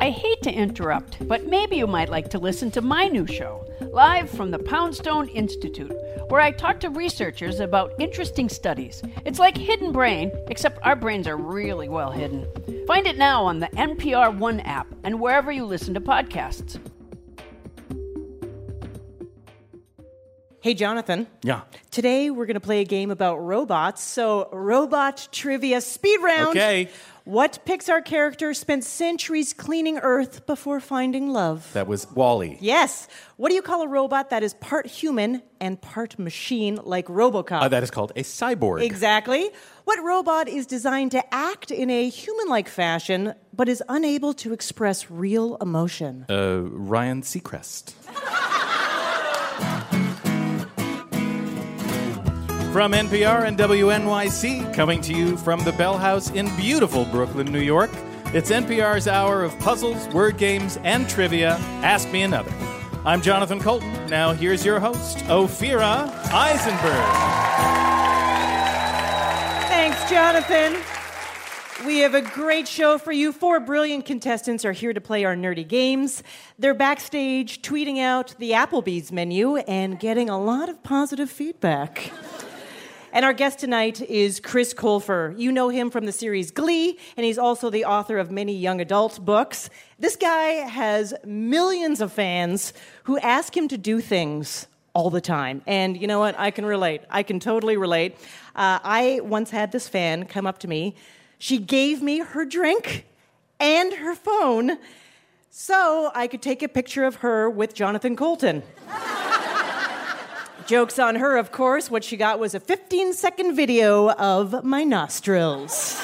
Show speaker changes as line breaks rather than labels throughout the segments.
I hate to interrupt, but maybe you might like to listen to my new show, live from the Poundstone Institute, where I talk to researchers about interesting studies. It's like Hidden Brain, except our brains are really well hidden. Find it now on the NPR One app and wherever you listen to podcasts.
Hey, Jonathan.
Yeah.
Today we're going to play a game about robots. So, robot trivia speed round.
Okay.
What Pixar character spent centuries cleaning Earth before finding love?
That was Wally.
Yes. What do you call a robot that is part human and part machine, like Robocop?
Uh, that is called a cyborg.
Exactly. What robot is designed to act in a human like fashion but is unable to express real emotion?
Uh, Ryan Seacrest. From NPR and WNYC, coming to you from the Bell House in beautiful Brooklyn, New York, it's NPR's hour of puzzles, word games, and trivia. Ask me another. I'm Jonathan Colton. Now here's your host, Ophira Eisenberg.
Thanks, Jonathan. We have a great show for you. Four brilliant contestants are here to play our nerdy games. They're backstage tweeting out the Applebee's menu and getting a lot of positive feedback. And our guest tonight is Chris Colfer. You know him from the series Glee, and he's also the author of many young adult books. This guy has millions of fans who ask him to do things all the time. And you know what? I can relate. I can totally relate. Uh, I once had this fan come up to me. She gave me her drink and her phone so I could take a picture of her with Jonathan Colton. Joke's on her, of course. What she got was a 15 second video of my nostrils.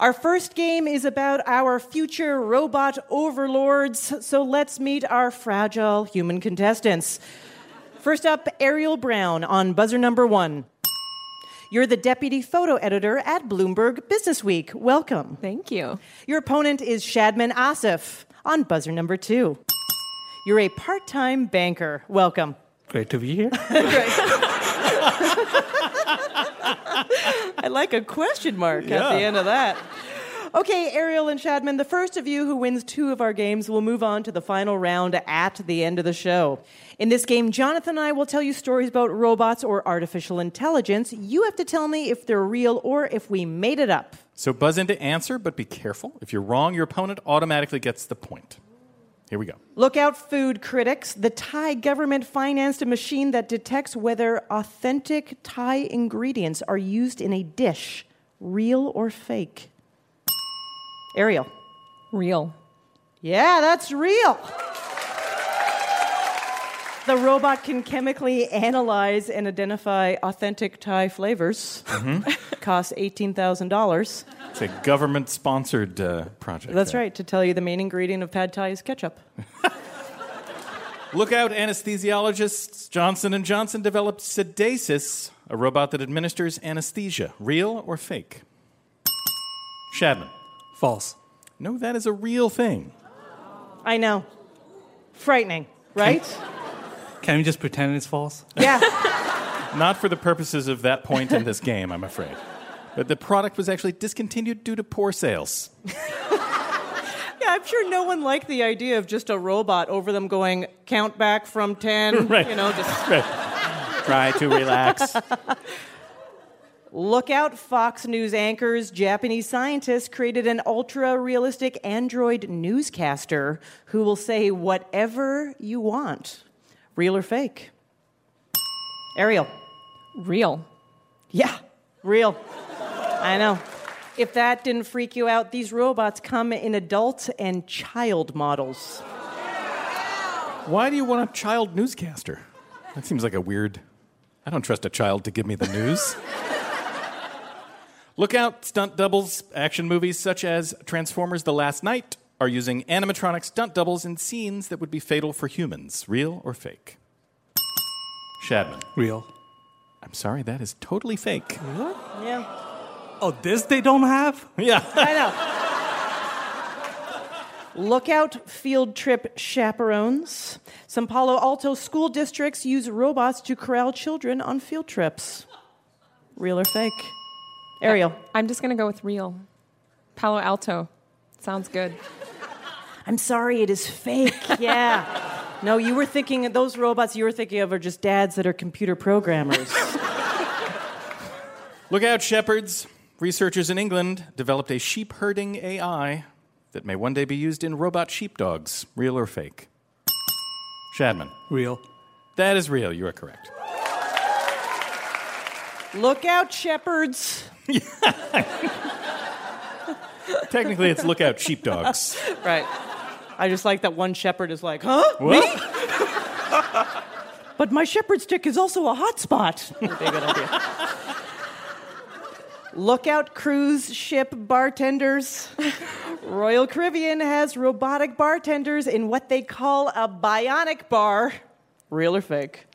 Our first game is about our future robot overlords, so let's meet our fragile human contestants. First up, Ariel Brown on buzzer number one. You're the deputy photo editor at Bloomberg Businessweek. Welcome.
Thank you.
Your opponent is Shadman Asif on buzzer number two. You're a part time banker. Welcome.
Great to be here.
I like a question mark at the end of that. Okay, Ariel and Shadman, the first of you who wins two of our games will move on to the final round at the end of the show. In this game, Jonathan and I will tell you stories about robots or artificial intelligence. You have to tell me if they're real or if we made it up.
So buzz in to answer, but be careful. If you're wrong, your opponent automatically gets the point. Here we go.
Look out, food critics. The Thai government financed a machine that detects whether authentic Thai ingredients are used in a dish, real or fake. Ariel.
Real.
Yeah, that's real. The robot can chemically analyze and identify authentic Thai flavors. Costs $18,000.
It's a government sponsored uh, project.
That's
there.
right, to tell you the main ingredient of pad Thai is ketchup.
Look out, anesthesiologists. Johnson & Johnson developed Sedasis, a robot that administers anesthesia. Real or fake? Shadman.
False.
No, that is a real thing.
I know. Frightening, right?
Can we just pretend it's false?
yeah.
Not for the purposes of that point in this game, I'm afraid. But the product was actually discontinued due to poor sales.
Yeah, I'm sure no one liked the idea of just a robot over them going, count back from 10.
Right.
You know, just
Try to relax.
look out, Fox News anchors. Japanese scientists created an ultra realistic android newscaster who will say whatever you want, real or fake. Ariel.
Real.
Yeah, real. I know. If that didn't freak you out, these robots come in adult and child models.
Why do you want a child newscaster? That seems like a weird. I don't trust a child to give me the news. Look out, stunt doubles. Action movies such as Transformers The Last Night are using animatronic stunt doubles in scenes that would be fatal for humans, real or fake. Shadman.
Real.
I'm sorry, that is totally fake.
Yeah,
Oh, this they don't have?
Yeah.
I know. Lookout field trip chaperones. Some Palo Alto school districts use robots to corral children on field trips. Real or fake? Ariel.
I'm just going to go with real. Palo Alto. Sounds good.
I'm sorry, it is fake. Yeah. No, you were thinking those robots you were thinking of are just dads that are computer programmers.
Look out, shepherds. Researchers in England developed a sheep herding AI that may one day be used in robot sheepdogs, real or fake. Shadman.
Real.
That is real. You are correct.
Look out, shepherds.
Technically, it's look out, sheepdogs.
Right. I just like that one shepherd is like, huh? Me? but my shepherd's stick is also a hot spot. Okay, good idea. Look out, cruise ship bartenders. Royal Caribbean has robotic bartenders in what they call a bionic bar. Real or fake?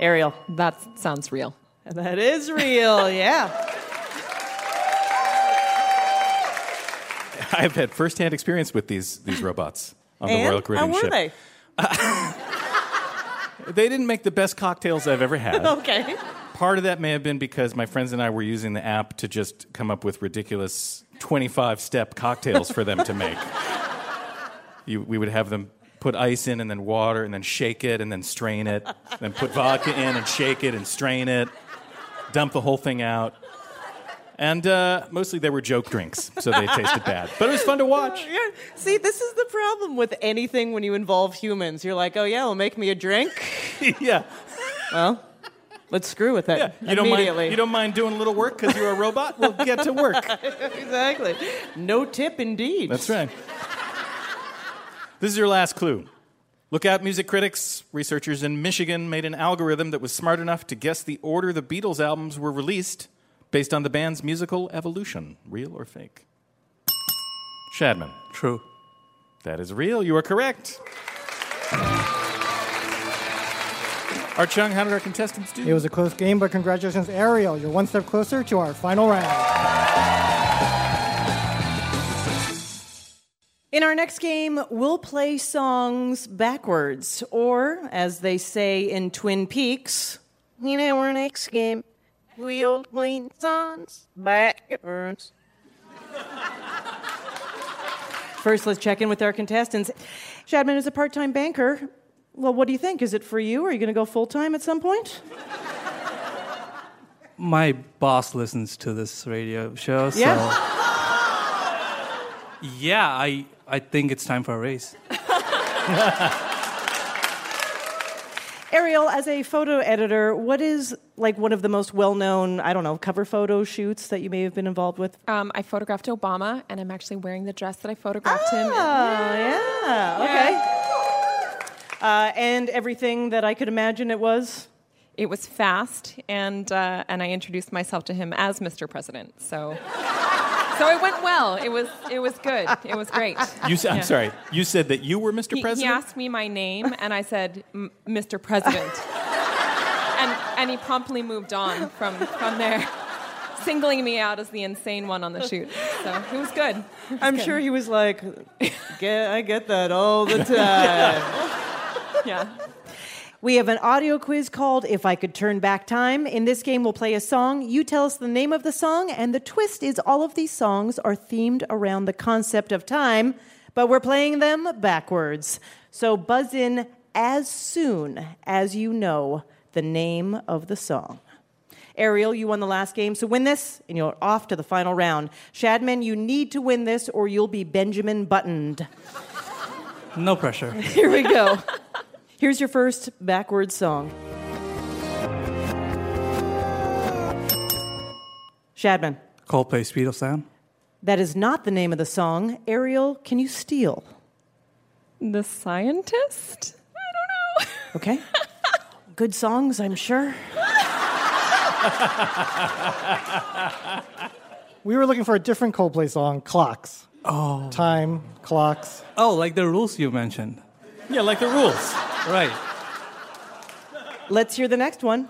Ariel.
That sounds real.
And that is real, yeah.
I've had firsthand experience with these, these robots on the
and
Royal Caribbean
how were
ship.
they?
They didn't make the best cocktails I've ever had.
Okay.
Part of that may have been because my friends and I were using the app to just come up with ridiculous 25 step cocktails for them to make. You, we would have them put ice in and then water and then shake it and then strain it, then put vodka in and shake it and strain it, dump the whole thing out. And uh, mostly they were joke drinks, so they tasted bad. But it was fun to watch.
Yeah. See, this is the problem with anything when you involve humans. You're like, oh yeah, well, make me a drink.
yeah.
Let's screw with it
You don't,
immediately.
mind, you don't mind doing a little work because you're a robot? Well, get to work.
exactly. No tip, indeed.
That's right. this is your last clue. Look out, music critics. Researchers in Michigan made an algorithm that was smart enough to guess the order the Beatles albums were released based on the band's musical evolution. Real or fake? Shadman.
True.
That is real. You are correct. Our Chung, how did our contestants do?
It was a close game, but congratulations, Ariel. You're one step closer to our final round.
In our next game, we'll play songs backwards, or as they say in Twin Peaks, in our next game, we'll play songs backwards. First, let's check in with our contestants. Shadman is a part time banker. Well, what do you think? Is it for you? Are you going to go full time at some point?
My boss listens to this radio show, so.
Yeah?
Yeah, I, I think it's time for a raise.
Ariel, as a photo editor, what is like one of the most well known, I don't know, cover photo shoots that you may have been involved with?
Um, I photographed Obama, and I'm actually wearing the dress that I photographed him. in.
Oh, yeah. Okay. Uh, and everything that I could imagine it was.
It was fast, and uh, and I introduced myself to him as Mr. President. So, so it went well. It was it was good. It was great.
You sa- I'm sorry. You said that you were Mr.
He, he
President?
asked me my name, and I said, "M- Mr. President, and and he promptly moved on from from there, singling me out as the insane one on the shoot. So it was good.
I'm sure he was like, get, I get that all the time.
Yeah.
we have an audio quiz called If I Could Turn Back Time. In this game, we'll play a song. You tell us the name of the song, and the twist is all of these songs are themed around the concept of time, but we're playing them backwards. So buzz in as soon as you know the name of the song. Ariel, you won the last game, so win this, and you're off to the final round. Shadman, you need to win this, or you'll be Benjamin Buttoned.
No pressure.
Here we go. Here's your first backwards song. Shadman,
Coldplay, Speed of Sound.
that is not the name of the song. Ariel, can you steal?
The scientist? I don't know.
Okay. Good songs, I'm sure.
We were looking for a different Coldplay song, Clocks. Oh. Time, clocks.
Oh, like the rules you mentioned.
Yeah, like the rules.
Right.
Let's hear the next one.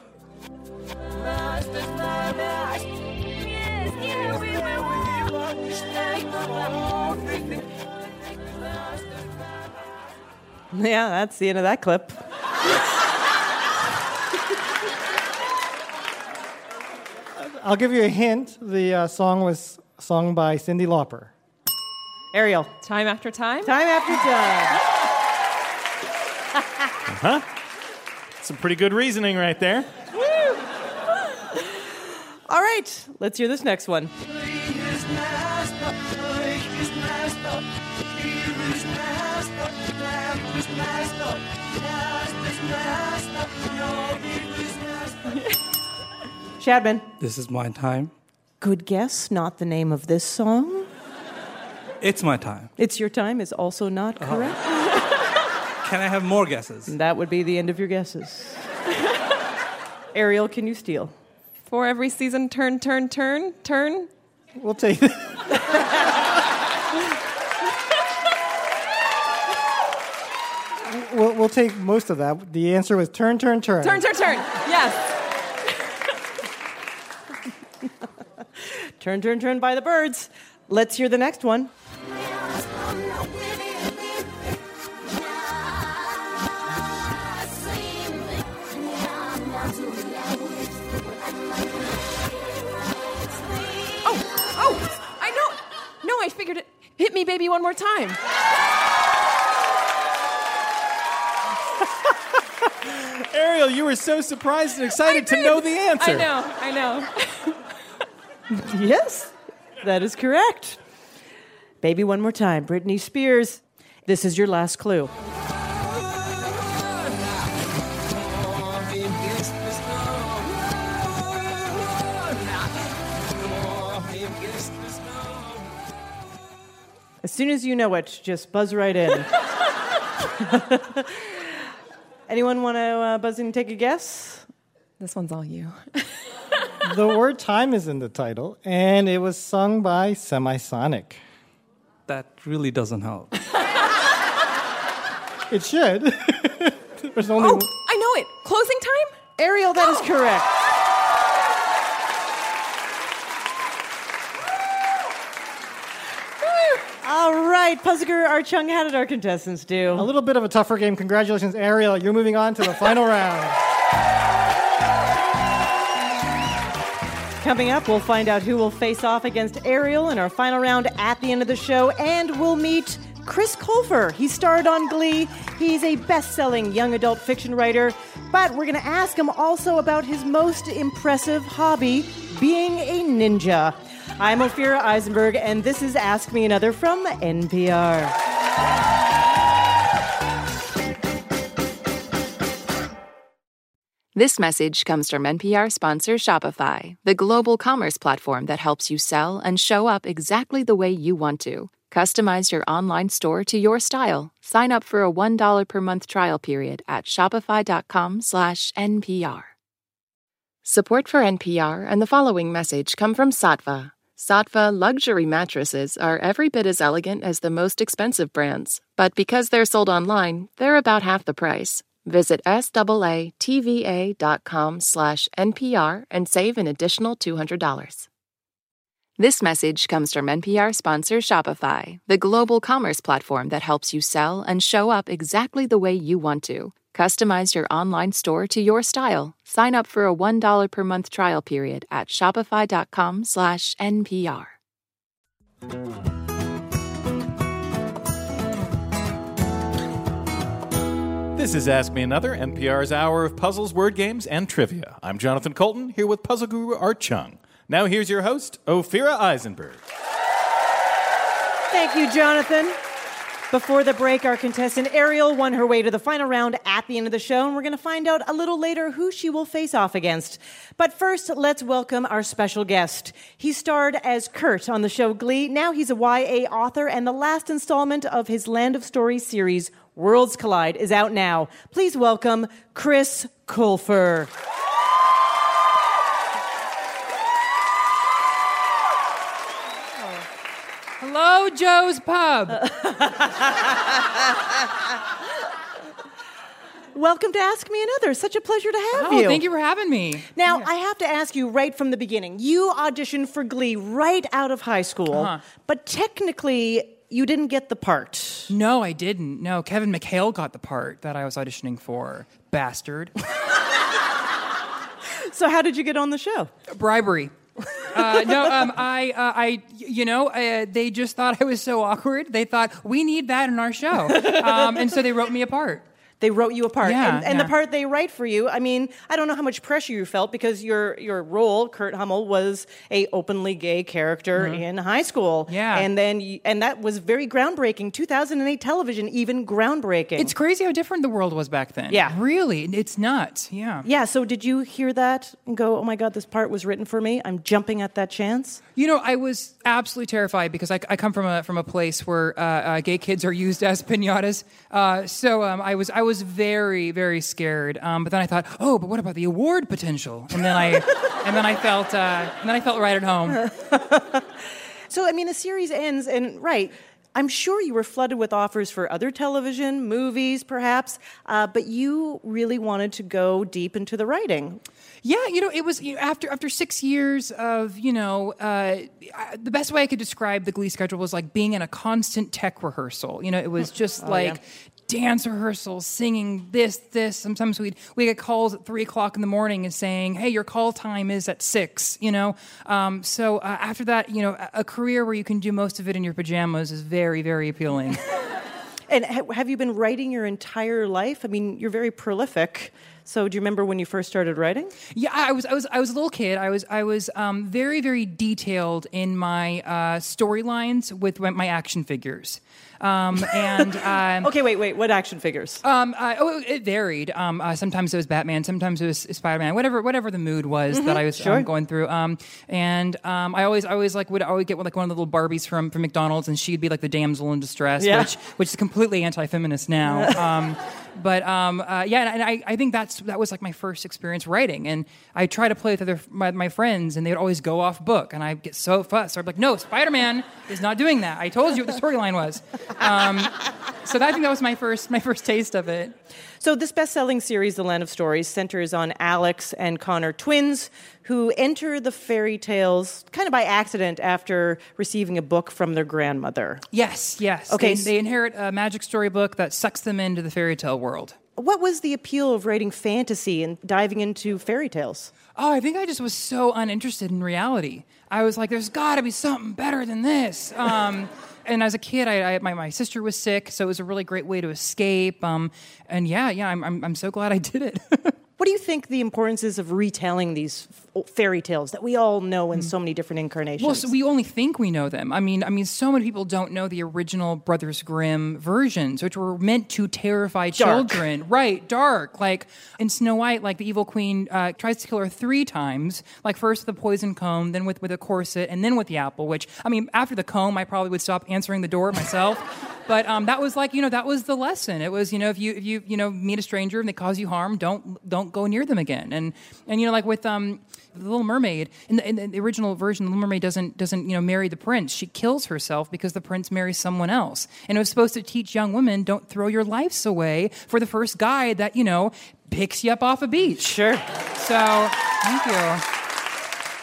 Yeah, that's the end of that clip.
I'll give you a hint. The uh, song was sung by Cindy Lauper.
Ariel,
Time after time?
time after time.
Uh-huh. Some pretty good reasoning right there.
All right, let's hear this next one. Shadman.
This is my time.
Good guess, not the name of this song.
It's my time.
It's Your Time is also not
Uh-huh.
correct.
Can I have more guesses?
That would be the end of your guesses. Ariel, can you steal?
For every season, turn, turn, turn, turn.
We'll take it. we'll, we'll take most of that. The answer was turn, turn, turn.
Turn, turn, turn. Yes.
Turn, turn, turn by the birds. Let's hear the next one.
Oh, oh, I know. No, I figured it. Hit me, baby, one more time.
Ariel, you were so surprised and excited
I
to
did.
know the answer.
I know, I know.
Yes, that is correct. Baby, one more time. Britney Spears. This is your last clue. As soon as you know it, just buzz right in. Anyone want to uh, buzz in and take a guess?
This one's all you.
The word time is in the title, and it was sung by Semisonic.
That really doesn't help.
It should. There's only.
Oh, I know it. Closing time? Oh,
Ariel, that is correct. All right, Puzziger Archung, how did our contestants
A
do?
little bit of a tougher game. Congratulations, Ariel. You're moving on to the final round.
Coming up, we'll find out who will face off against Ariel in our final round at the end of the show, and we'll meet Chris Colfer. He starred on Glee. He's a best selling young adult fiction writer, but we're going to ask him also about his most impressive hobby being a ninja. I'm Ophira Eisenberg, and this is Ask Me Another from NPR.
This message comes from NPR sponsor Shopify, the global commerce platform that helps you sell and show up exactly the way you want to. Customize your online store to your style. Sign up for a $1 per month trial period at shopify.com/npr. Support for NPR and the following message come from Satva. Satva luxury mattresses are every bit as elegant as the most expensive brands, but because they're sold online, they're about half the price. Visit SAATVA.com slash NPR and save an additional $200. This message comes from NPR sponsor Shopify, the global commerce platform that helps you sell and show up exactly the way you want to. Customize your online store to your style. Sign up for a $1 per month trial period at shopify.com slash NPR.
This is Ask Me Another, NPR's hour of puzzles, word games, and trivia. I'm Jonathan Colton, here with puzzle guru Art Chung. Now here's your host, Ophira Eisenberg.
Thank you, Jonathan. Before the break, our contestant Ariel won her way to the final round at the end of the show, and we're going to find out a little later who she will face off against. But first, let's welcome our special guest. He starred as Kurt on the show Glee. Now he's a YA author, and the last installment of his Land of Stories series, Worlds Collide, is out now. Please welcome Chris Colfer.
Hello, Joe's Pub.
Welcome to Ask Me Another. Such a pleasure to have you.
Oh, for having me.
Now, I have to ask you right
Uh-huh.
from the beginning. You auditioned for Glee right out of high school, but technically, you didn't get the part.
No, I didn't. No, Kevin McHale got the part that I was auditioning for. Bastard.
So how did you get on the show?
Bribery. Uh, no, um, I, uh, I, you know, uh, they just thought I was so awkward. They thought we need that in our show, um, and so they wrote me a part.
They wrote you a part,
Yeah,
and, and the
yeah.
part they write for you. I mean, I don't know how much pressure you felt because your your role, Kurt Hummel, was a openly gay character in high school.
Mm-hmm. Yeah.
and then you, and that was very groundbreaking. 2008 television, even groundbreaking.
It's crazy how different the world was back then.
Yeah.
really, it's nuts. Yeah.
yeah. So did you hear that and go, "Oh my God, this part was written for me. I'm jumping at that chance."
You know, I was absolutely terrified because I, I come from a from a place where uh, uh, gay kids are used as pinatas. Uh, so um, I was I was very very scared. Um, but then I thought, oh, but what about the award potential? And then I and then I felt uh, and then I felt right at home.
So I mean, the series ends, and right. I'm sure you were flooded with offers for other television, movies, perhaps, uh, but you really wanted to go deep into the writing.
Yeah, you know, it was you know, after after six years of you know uh, I- the best way I could describe the Glee schedule was like being in a constant tech rehearsal. You know, it was just like. Dance rehearsals, singing this, this. Sometimes we'd we get calls at three o'clock in the morning and saying, "Hey, your call time is at six, You know, um, so uh, after that, you know, a, a career where you can do most of it in your pajamas is very, very appealing.
And ha- have you been writing your entire life? I mean, you're very prolific. So do you remember when you first started writing?
Yeah, I was, I was, I was a little kid. I was, I was um, very, very detailed in my uh, storylines with my- my action figures, um, and um,
Okay, wait, wait. What action figures?
um, I, oh, it varied. Um, uh, sometimes it was Batman, sometimes it was Spider Man, whatever, whatever the mood was
Mm-hmm,
that I was um, going through. Um, and um, I always, I always like would always get like one of the little Barbies from from McDonald's, and she'd be like the damsel in distress,
Yeah.
which which is completely anti feminist now. Um, but um, uh, yeah, and I, I think that's that was like my first experience writing, and I try to play with other my, my friends, and they would always go off book, and I get so fussed. I'm like, no, Spider Man is not doing that. I told you what the storyline was. Um, so that, I think that was my first my first taste of it.
So this best-selling series, The Land of Stories, centers on Alex and Connor twins who enter the fairy tales kind of by accident after receiving a book from their grandmother.
Yes, yes.
Okay,
They,
s-
they inherit a magic storybook that sucks them into the fairy tale world.
What was the appeal of writing fantasy and diving into fairy tales?
Oh, I think I just was so uninterested in reality. I was like, there's got to be something better than this. Um, and as a kid, I, I, my, my sister was sick, so it was a really great way to escape. Um, and yeah, yeah, I'm, I'm, I'm so glad I did it.
What do you think the importance is of retelling these f- fairy tales that we all know in so many different incarnations?
Hmm. Well, so we only think we know them. I mean, I mean, so many people don't know the original Brothers Grimm versions, which were meant to terrify
Dark.
children. Right, dark. Like in Snow White, like the evil queen uh, tries to kill her three times. Like first with a poison comb, then with with a corset, and then with the apple. Which I mean, after the comb, I probably would stop answering the door myself. But um, that was like you know that was the lesson. It was you know if you if you you know meet a stranger and they cause you harm, don't don't go near them again. And and you know like with um the Little Mermaid in the, in the original version, the Little Mermaid doesn't doesn't you know marry the prince. She kills herself because the prince marries someone else. And it was supposed to teach young women don't throw your lives away for the first guy that you know picks you up off a beach.
Sure.
So thank you.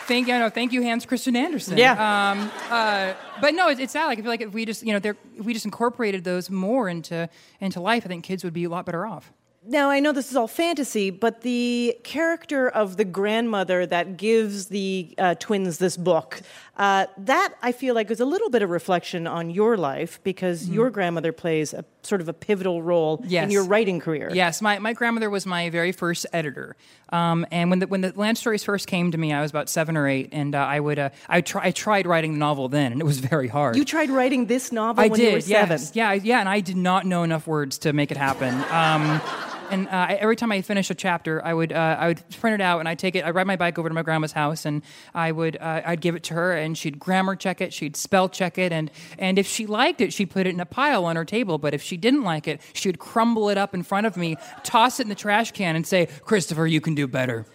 Thank you, no, thank you, Hans Christian Andersen.
Yeah.
Um, uh, but no, it's, it's sad. Like I feel like if we just, you know, they're- if we just incorporated those more into into life, I think kids would be a lot better off.
Now, I know this is all fantasy, but the character of the grandmother that gives the uh, twins this book, uh, that I feel like is a little bit of reflection on your life because your grandmother plays a sort of a pivotal role in
Mm-hmm. Yes.
your writing career.
Yes, my, my grandmother was my very first editor. Um, and when the when the land stories first came to me, I was about seven or eight, and uh, I would uh, I try, I tried writing the novel then, and it was very hard.
You tried writing this novel
I
when
did,
you were seven.
yes. Yeah, I- yeah, and I did not know enough words to make it happen. Um, and uh, I- every time I finish a chapter, I would uh, I would print it out and I take it. I ride my bike over to my grandma's house and I would uh, I'd give it to her and she'd grammar check it, she'd spell check it, and and if she liked it, she'd put it in a pile on her table. But if she didn't like it, she would crumble it up in front of me, toss it in the trash can, and say, "Christopher, you can do better."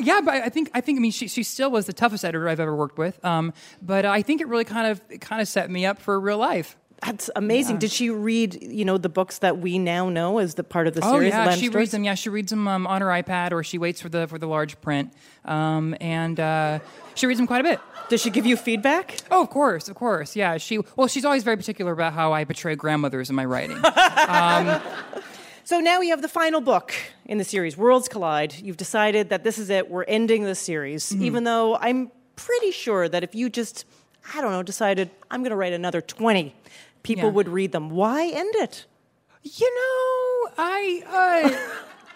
yeah, but I think I think I mean she she still was the toughest editor I've ever worked with. Um, but I think it really kind of it kind of set me up for real life.
That's amazing. Did she read, you know, the books that we now know as the part of the
Oh
series?
yeah,
Lamb
she
Stories?
reads them. Yeah, she reads them um, on her iPad, or she waits for the for the large print, um, and uh, she reads them quite a bit.
Does she give you feedback?
Oh, of course, of course. Yeah, she. Well, she's always very particular about how I betray grandmothers in my writing. um,
So now we have the final book in the series, Worlds Collide. You've decided that this is it. We're ending this series,
Mm-hmm.
even though I'm pretty sure that if you just, I don't know, decided I'm going to write another 20, people
Yeah.
would read them. Why end it?
you know, I. Uh,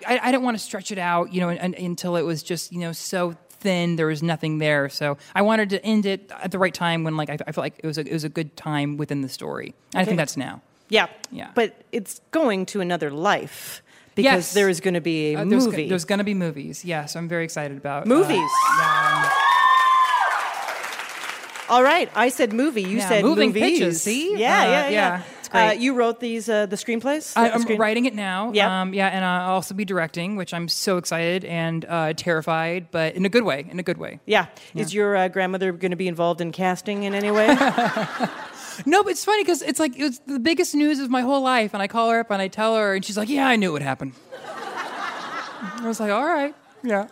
I, I didn't want to stretch it out, you know, un, un- until it was just, you know, so thin there was nothing there. So I wanted to end it at the right time when, like, I, I felt like it was a, it was a good time within the story. And I
Okay.
think that's now.
Yeah.
Yeah.
But it's going to another life because
Yes.
there is going to be a
Uh, there's, go-
movie.
there's going to be movies. Yes, I'm very excited about uh,
Movies. All right, I said movie. You
Yeah,
said
moving
movies.
pitches,
Yeah,
see? Uh,
yeah, yeah.
yeah, it's great.
Uh, you wrote these uh, the screenplays.
I,
The
I'm
screen-
writing it now.
Yep.
Um, yeah, and I'll also be directing, which I'm so excited and uh, terrified, but in a good way. In a good way.
Yeah. Is your uh, grandmother going to be involved in casting in any way?
No, but it's funny because it's like it was the biggest news of my whole life, and I call her up and I tell her, and she's like, "Yeah, I knew it would happen." I was like, "All right." Yeah.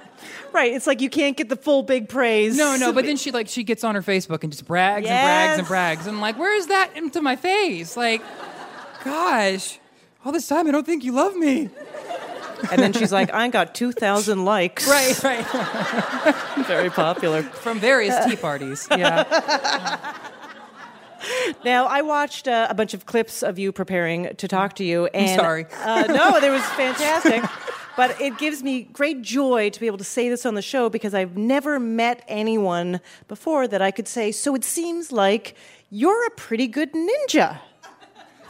right. It's like you can't get the full big praise.
No, no, but then she like she gets on her Facebook and just brags and brags and
Yes.
brags. And I'm like, where is that into my face? Like, gosh, all this time I don't think you love me.
and then she's like, I got 2,000 likes.
Right, right.
Very popular.
From various tea parties. Yeah.
Now, I watched uh, a bunch of clips of you preparing to talk to you. And,
sorry.
uh, no, it was fantastic. But it gives me great joy to be able to say this on the show because I've never met anyone before that I could say, so it seems like you're a pretty good ninja.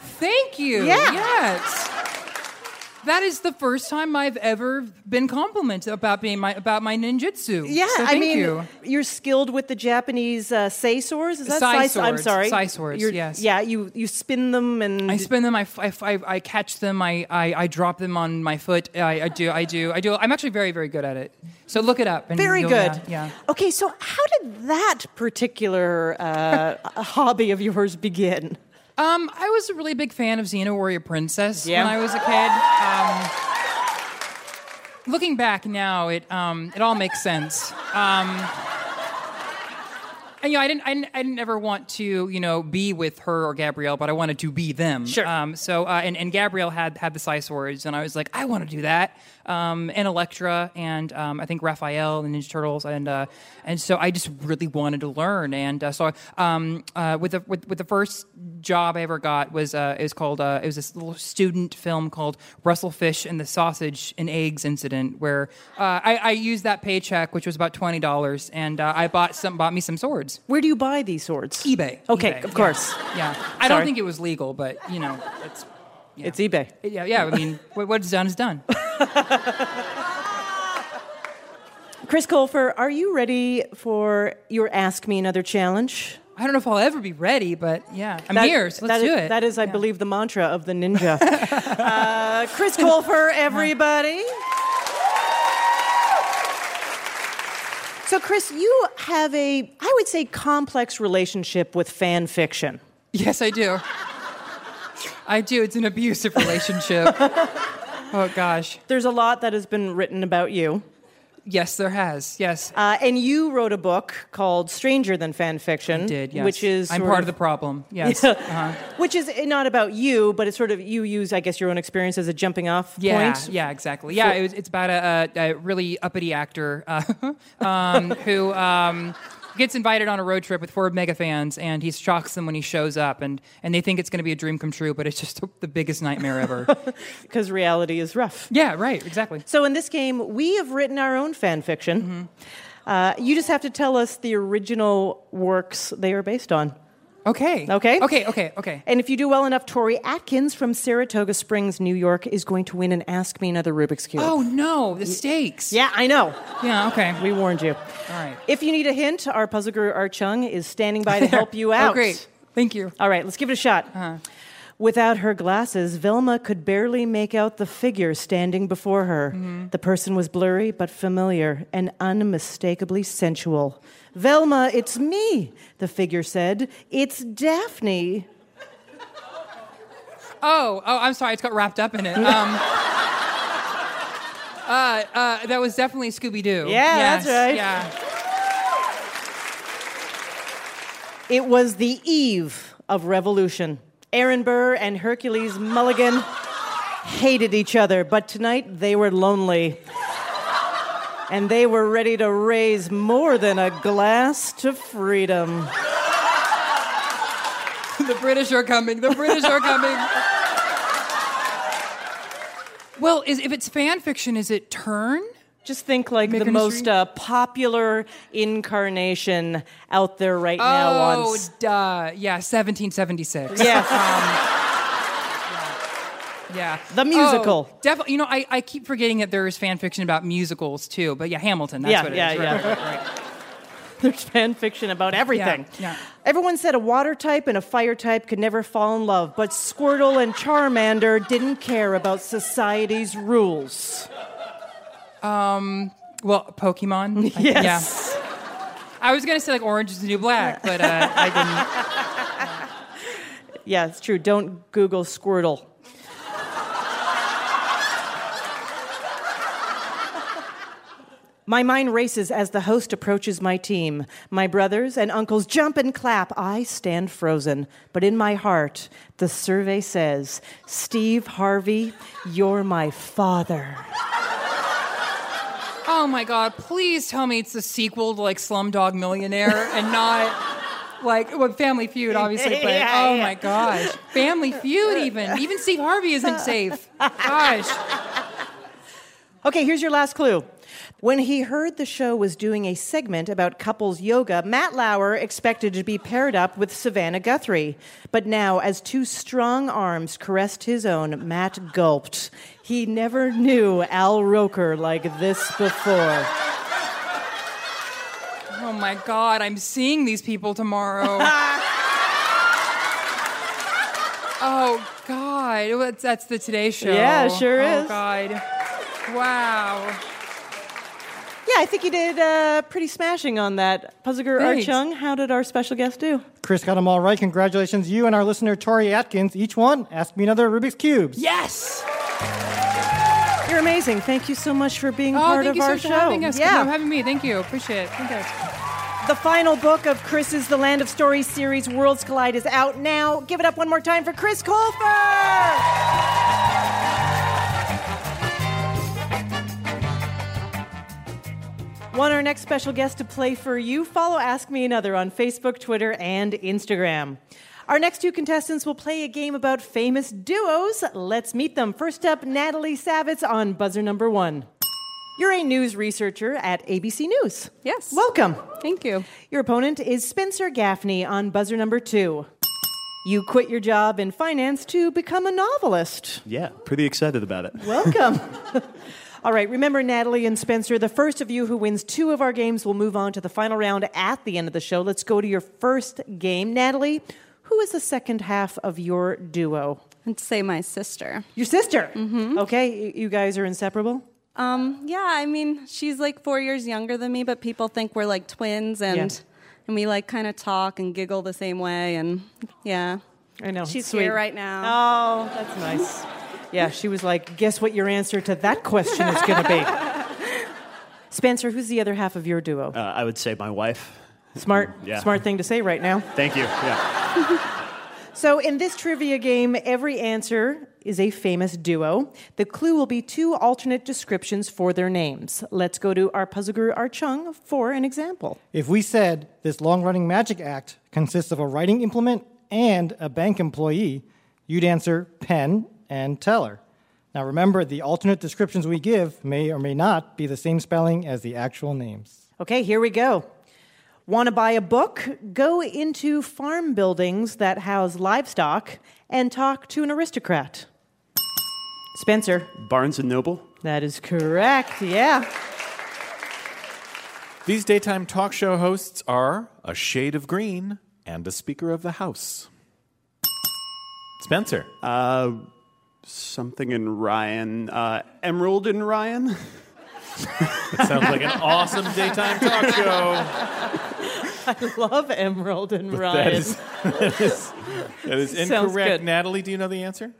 Thank you.
Yeah.
Yes. That is the first time I've ever been complimented about being my about my ninjutsu.
Yeah,
so thank
I mean,
you.
are skilled with the Japanese uh, sei swords. Is that
Sai
sai- I'm
swords.
sorry,
Sai swords,
You're-
yes.
Yeah, you you spin them and
I spin them. I, f- I f- I- I catch them. I, I, I drop them on my foot. I, I do. I do. I do. I'm actually very very good at it. So look it up. And
very
you'll-
good.
Yeah. yeah.
Okay, so how did that particular uh, hobby of yours begin?
Um, I was a really big fan of Xena Warrior Princess
Yeah.
when I was a kid. Um, looking back now, it um, it all makes sense. Um, and you know, I didn't, I didn't, I didn't ever want to, you know, be with her or Gabrielle, but I wanted to be them.
Sure.
Um, so, uh, and and Gabrielle had had the size swords, and I was like, I want to do that. Um, and Electra, and um, I think Raphael and Ninja Turtles, and uh, and so I just really wanted to learn, and uh, so I, um, uh, with the with, with the first job I ever got was uh, it was called uh, it was this little student film called Russell Fish and the Sausage and Eggs Incident, where uh, I, I used that paycheck, which was about twenty dollars, and uh, I bought some bought me some swords.
Where do you buy these swords?
eBay.
Okay,
eBay,
of
yeah.
course,
Yeah, I don't
Sorry.
think it was legal, but you know, it's
it's eBay.
yeah, yeah. I mean, what- what's done is done.
Chris Colfer, are you ready for your Ask Me Another challenge?
I don't know if I'll ever be ready, but yeah, I'm
That-
here. So
that
let's
is-
do it.
That is, I
Yeah.
believe, the mantra of the ninja. uh, Chris Colfer, everybody. So, Chris, you have a, I would say, complex relationship with fan fiction.
Yes, I do. I do. It's an abusive relationship. oh gosh.
There's a lot that has been written about you.
Yes, there has. Yes, I
Uh, and you wrote a book called Stranger Than Fan Fiction,
did. Yes,
which is
I'm
sort
part of the problem. Yes. Uh-huh.
which is not about you, but it's sort of you use, I guess, your own experience as a jumping off
Yeah,
point.
yeah, exactly. Yeah, it was, it's about a, a, a really uppity actor uh, um, who um, gets invited on a road trip with four mega fans, and he shocks them when he shows up, and, and they think it's going to be a dream come true, but it's just the biggest nightmare ever.
because reality is rough.
yeah, right, exactly. Mm-hmm.
So in this game, we have written our own fan fiction. Uh, you just have to tell us the original works they are based on.
Okay,
Okay.
okay, okay, okay.
And if you do well enough, Tori Atkins from Saratoga Springs, New York, is going to win and ask me another Rubik's Cube.
Oh no, the stakes.
Yeah, I know.
yeah, okay.
We warned you.
All right.
If you need a hint, our puzzle guru Art Chung is standing by to help you out.
Oh, great. Thank you.
All right, let's give it a shot. Without her glasses, Velma could barely make out the figure standing before her. The person was blurry but familiar and unmistakably sensual. Velma, it's me, the figure said. It's Daphne.
Oh, oh, I'm sorry. It's got wrapped up in it. Um, uh, uh, that was definitely Scooby Doo.
Yeah, that's right.
Yeah.
It was the eve of revolution. Aaron Burr and Hercules Mulligan hated each other, but tonight they were lonely. And they were ready to raise more than a glass to freedom.
the British are coming. The British are coming. well, is, if it's fan fiction, is it turn?
Just think like
Make
the
an
most
history?
uh, popular incarnation out there right now
oh,
on
duh. Yeah, 1776.
Yeah.
Yeah.
The musical.
definitely. You know, I, I keep forgetting that there is fan fiction about musicals too. But yeah, Hamilton. That's
Yeah,
what it is.
yeah,
Right,
yeah.
right, right, right.
There's fan fiction about everything.
yeah.
Everyone said a water type and a fire type could never fall in love, but Squirtle and Charmander didn't care about society's rules.
Um, Well, Pokemon. I-
Yes.
Yeah. I was gonna say like Orange is the New Black, but uh, I didn't.
Yeah, it's true. Don't Google Squirtle. My mind races as the host approaches my team. My brothers and uncles jump and clap. I stand frozen. But in my heart, the survey says Steve Harvey, you're my father.
Oh my God! Please tell me it's the sequel to like Slumdog Millionaire and not. Like well, Family Feud, obviously, but
Yeah,
oh
yeah.
my gosh, Family Feud, even even Steve Harvey isn't safe. Gosh,
Okay, here's your last clue. When he heard the show was doing a segment about couples yoga, Matt Lauer expected to be paired up with Savannah Guthrie. But now, as two strong arms caressed his own, Matt gulped. He never knew Al Roker like this before.
oh my God, I'm seeing these people tomorrow. oh God, Well, that's- that's the Today Show.
Yeah, sure
oh,
is.
God, wow.
Yeah, I think you did uh, pretty smashing on that. Puziger
Thanks.
Archung, how did our special guest do?
Chris got them all right. Congratulations, you and our listener Tori Atkins. Each one asked me another Rubik's cubes.
Yes.
You're amazing. Thank you so much for being
Oh,
part
thank
of
you so
our
much
show.
for having us.
Yeah.
for having me. Thank you. Appreciate it. Thank you.
The final book of Chris's The Land of Stories series, Worlds Collide, is out now. Give it up one more time for Chris Colfer! Want our next special guest to play for you? Follow Ask Me Another on Facebook, Twitter, and Instagram. Our next two contestants will play a game about famous duos. Let's meet them. First up, Natalie Savitz on buzzer number one. You're a news researcher at ABC News.
Yes.
Welcome.
Thank you.
Your opponent is Spencer Gaffney on buzzer number two. You quit your job in finance to become a novelist.
Yeah, pretty excited about it.
Welcome. All right, remember Natalie and Spencer, the first of you who wins two of our games will move on to the final round at the end of the show. Let's go to your first game. Natalie, who is the second half of your duo?
I'd say my sister. Mm-hmm.
Your sister. Okay, y- you guys are inseparable?
Um, yeah, I mean, she's like four years younger than me, but people think we're like twins, and
Yeah.
and we like kind of talk and giggle the same way, and yeah,
I know.
she's
sweet.
here right now.
Oh, that's nice. Yeah, she was like, guess what your answer to that question is going to be. Spencer, who's the other half of your duo?
Uh, I would say my wife. Mm,
smart,
yeah.
smart thing to say right now.
Thank you. Yeah.
So, in this trivia game, every answer is a famous duo. The clue will be two alternate descriptions for their names. Let's go to our puzzle guru Archung for an example.
If we said this long-running magic act consists of a writing implement and a bank employee, you'd answer pen and teller. Now remember, the alternate descriptions we give may or may not be the same spelling as the actual names.
Okay, here we go. Want to buy a book? Go into farm buildings that house livestock and talk to an aristocrat. Spencer.
Barnes and Noble.
That is correct, yeah.
These daytime talk show hosts are a shade of green and a Speaker of the House. Spencer.
Uh, Something in Ryan. Uh, Emerald and Ryan.
That sounds like an awesome daytime talk show.
Love Emerald and
That
Ryan.
is, that is, that is
Sounds
incorrect.
good.
Natalie, do you know the answer?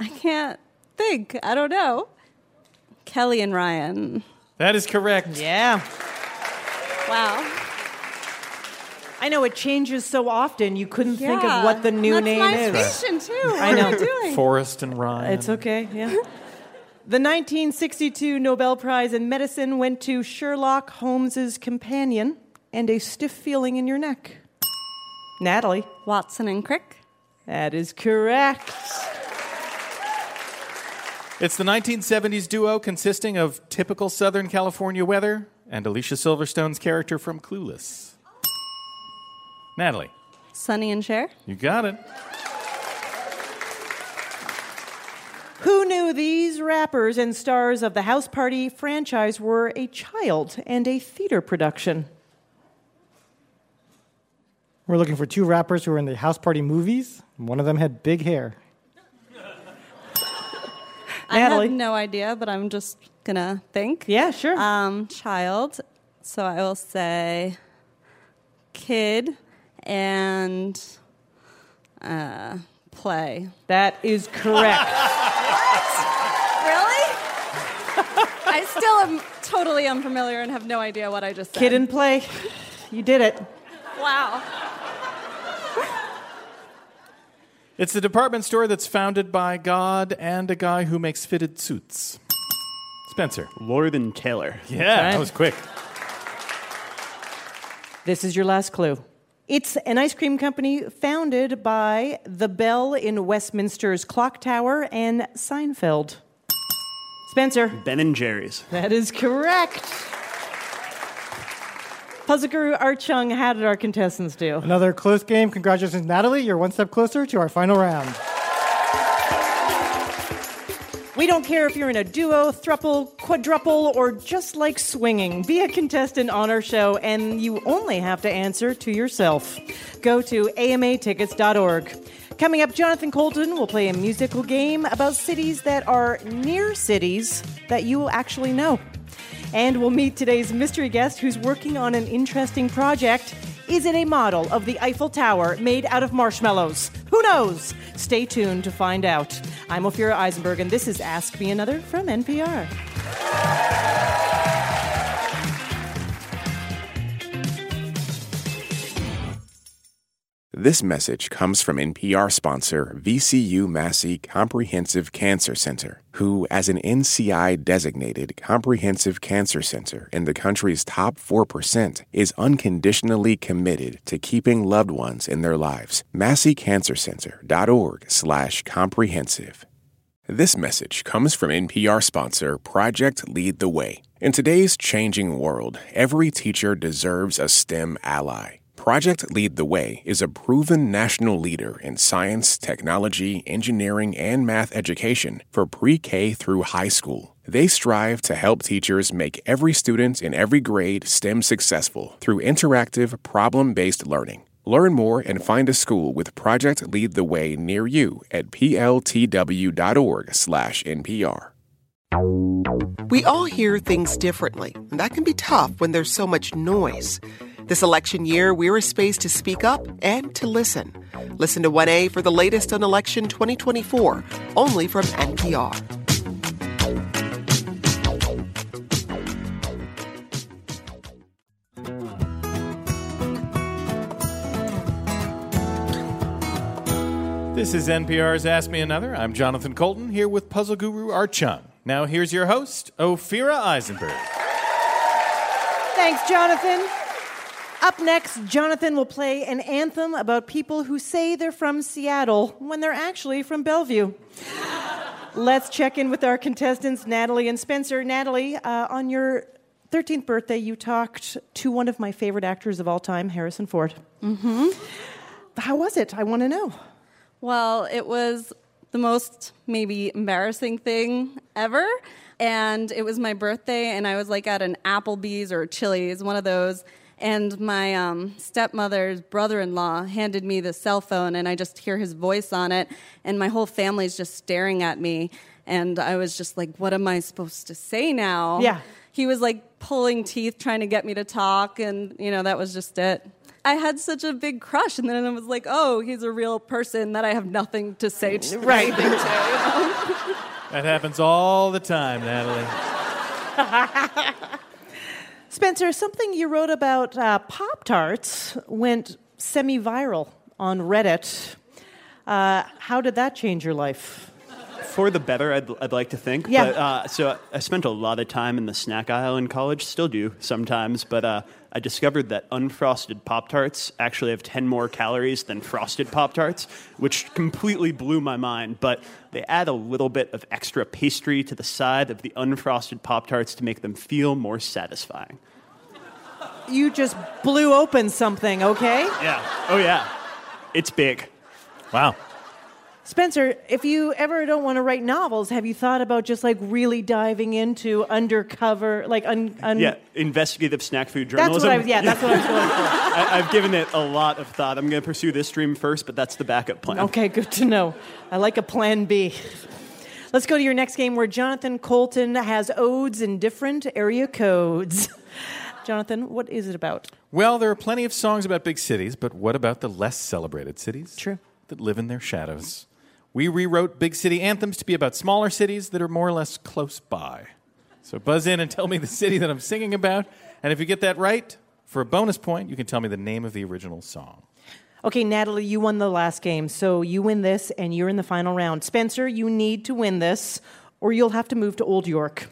I can't think. I don't know. Kelly and Ryan.
That is correct.
Yeah.
Wow.
I know it changes so often. You couldn't think
Yeah.
of what the new
That's
name
my
is.
station, too.
I
What am I
know.
doing?
Forrest and Ryan.
It's okay. Yeah. The 1962 Nobel Prize in Medicine went to Sherlock Holmes's companion and a stiff feeling in your neck. Natalie.
Watson and Crick.
That is correct.
It's the 1970s duo consisting of typical Southern California weather and Alicia Silverstone's character from Clueless. Natalie,
Sunny and Cher.
you got it.
Who knew these rappers and stars of the House Party franchise were a child and a theater production?
We're looking for two rappers who were in the house party movies. One of them had big hair.
I
Natalie.
have no idea, but I'm just gonna think.
Yeah, sure.
Um, child. So I will say kid and uh, play.
That is correct.
really? I still am totally unfamiliar and have no idea what I just said.
Kid and play. You did it.
Wow.
It's the department store that's founded by God and a guy who makes fitted suits. Spencer.
Lord and Taylor.
Yeah,
Right.
that was quick.
This is your last clue. It's an ice cream company founded by the Bell in Westminster's Clock Tower and Seinfeld. Spencer.
Ben and Jerry's.
That is correct. Puzzle Guru Archung, how did our contestants do?
Another close game. Congratulations, Natalie. You're one step closer to our final round.
We don't care if you're in a duo, thruple, quadruple, or just like swinging. Be a contestant on our show, and you only have to answer to yourself. Go to amatickets.org. Coming up, Jonathan Colton will play a musical game about cities that are near cities that you will actually know. And we'll meet today's mystery guest who's working on an interesting project. Is it a model of the Eiffel Tower made out of marshmallows? Who knows? Stay tuned to find out. I'm Ophira Eisenberg, and this is Ask Me Another from NPR.
This message comes from NPR sponsor VCU Massey Comprehensive Cancer Center, who, as an NCI designated comprehensive cancer center in the country's top 4%, is unconditionally committed to keeping loved ones in their lives. MasseyCancerCenter.org slash comprehensive. This message comes from NPR sponsor Project Lead the Way. In today's changing world, every teacher deserves a STEM ally. Project Lead the Way is a proven national leader in science, technology, engineering, and math education for pre K through high school. They strive to help teachers make every student in every grade STEM successful through interactive, problem based learning. Learn more and find a school with Project Lead the Way near you at pltw.org/npr.
We all hear things differently, and that can be tough when there's so much noise. This election year, we're a space to speak up and to listen. Listen to 1A for the latest on election 2024, only from NPR.
This is NPR's Ask Me Another. I'm Jonathan Colton here with puzzle guru Archung. Now here's your host, Ophira Eisenberg.
Thanks, Jonathan. Up next, Jonathan will play an anthem about people who say they're from Seattle when they're actually from Bellevue. Let's check in with our contestants, Natalie and Spencer. Natalie, uh, on your 13th birthday, you talked to one of my favorite actors of all time, Harrison Ford.
Mm-hmm.
How was it? I want to know.
Well, it was the most maybe embarrassing thing ever. And it was my birthday, and I was like at an Applebee's or Chili's, one of those. And my um, stepmother's brother in law handed me the cell phone, and I just hear his voice on it. And my whole family's just staring at me. And I was just like, what am I supposed to say now?
Yeah.
He was like pulling teeth, trying to get me to talk. And, you know, that was just it. I had such a big crush, and then I was like, oh, he's a real person that I have nothing to say to.
Right.
anything to, you know?
That happens all the time, Natalie.
Spencer, something you wrote about uh, Pop Tarts went semi viral on Reddit. Uh, how did that change your life?
For the better, I'd, I'd like to think.
Yeah.
But, uh, so I spent a lot of time in the snack aisle in college, still do sometimes, but uh, I discovered that unfrosted Pop Tarts actually have 10 more calories than frosted Pop Tarts, which completely blew my mind. But they add a little bit of extra pastry to the side of the unfrosted Pop Tarts to make them feel more satisfying.
You just blew open something, okay?
Yeah. Oh, yeah. It's big.
Wow.
Spencer, if you ever don't want to write novels, have you thought about just like really diving into undercover, like un, un
yeah, investigative snack food
That's
journalism.
what I was- yeah, that's what I was going
for. I, I've given it a lot of thought. I'm going to pursue this stream first, but that's the backup plan.
Okay, good to know. I like a plan B. Let's go to your next game where Jonathan Colton has odes in different area codes. Jonathan, what is it about?
Well, there are plenty of songs about big cities, but what about the less celebrated cities?
True.
That live in their shadows. We rewrote big city anthems to be about smaller cities that are more or less close by. So buzz in and tell me the city that I'm singing about. And if you get that right, for a bonus point, you can tell me the name of the original song.
Okay, Natalie, you won the last game, so you win this and you're in the final round. Spencer, you need to win this or you'll have to move to Old York.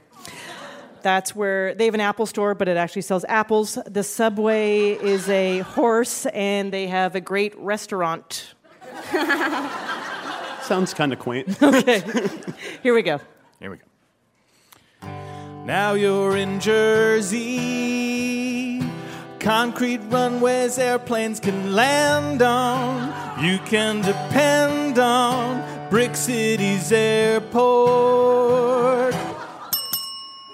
That's where they have an Apple store, but it actually sells apples. The subway is a horse, and they have a great restaurant.
Sounds kind of quaint.
okay, here we go.
Here we go. Now you're in Jersey. Concrete runways airplanes can land on. You can depend on Brick City's airport.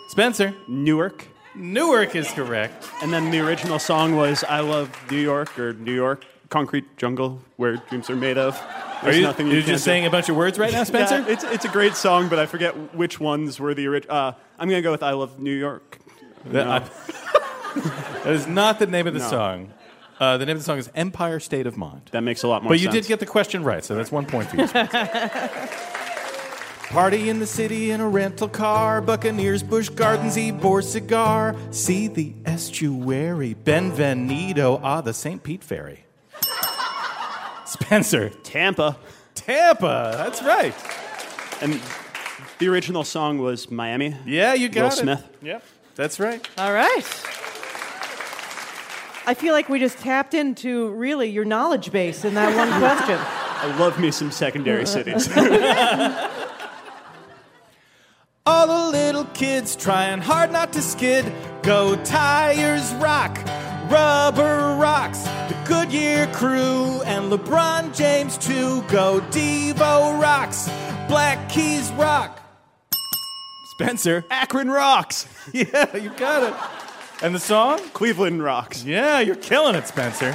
Spencer.
Newark.
Newark is correct.
And then the original song was I Love New York or New York, Concrete Jungle, Where Dreams Are Made Of.
Are
There's
you,
nothing
you're
can't
just
do.
saying a bunch of words right now, Spencer?
Yeah, it's, it's a great song, but I forget which ones were the original. Uh, I'm going to go with I Love New York.
That-
No.
I- that is not the name of the
No.
song. Uh, the name of the song is Empire State of Mind.
That makes a lot more
But you
sense.
did get the question right, so that's one point for you. Party in the city in a rental car, Buccaneers, Bush Gardens, Ebor cigar. See the estuary, Benvenido, ah, the St. Pete Ferry. Spencer.
Tampa.
Tampa, that's right.
And the original song was Miami.
Yeah, you got
Will
it.
Smith.
Yep, that's right.
All right. I feel like we just tapped into really your knowledge base in that one question.
I love me some secondary cities.
All the little kids trying hard not to skid. Go tires rock, rubber rocks. The Goodyear crew and LeBron James too. Go Devo rocks, Black Keys rock. Spencer,
Akron rocks.
yeah, you got it. And the song?
Cleveland rocks.
Yeah, you're killing it, Spencer.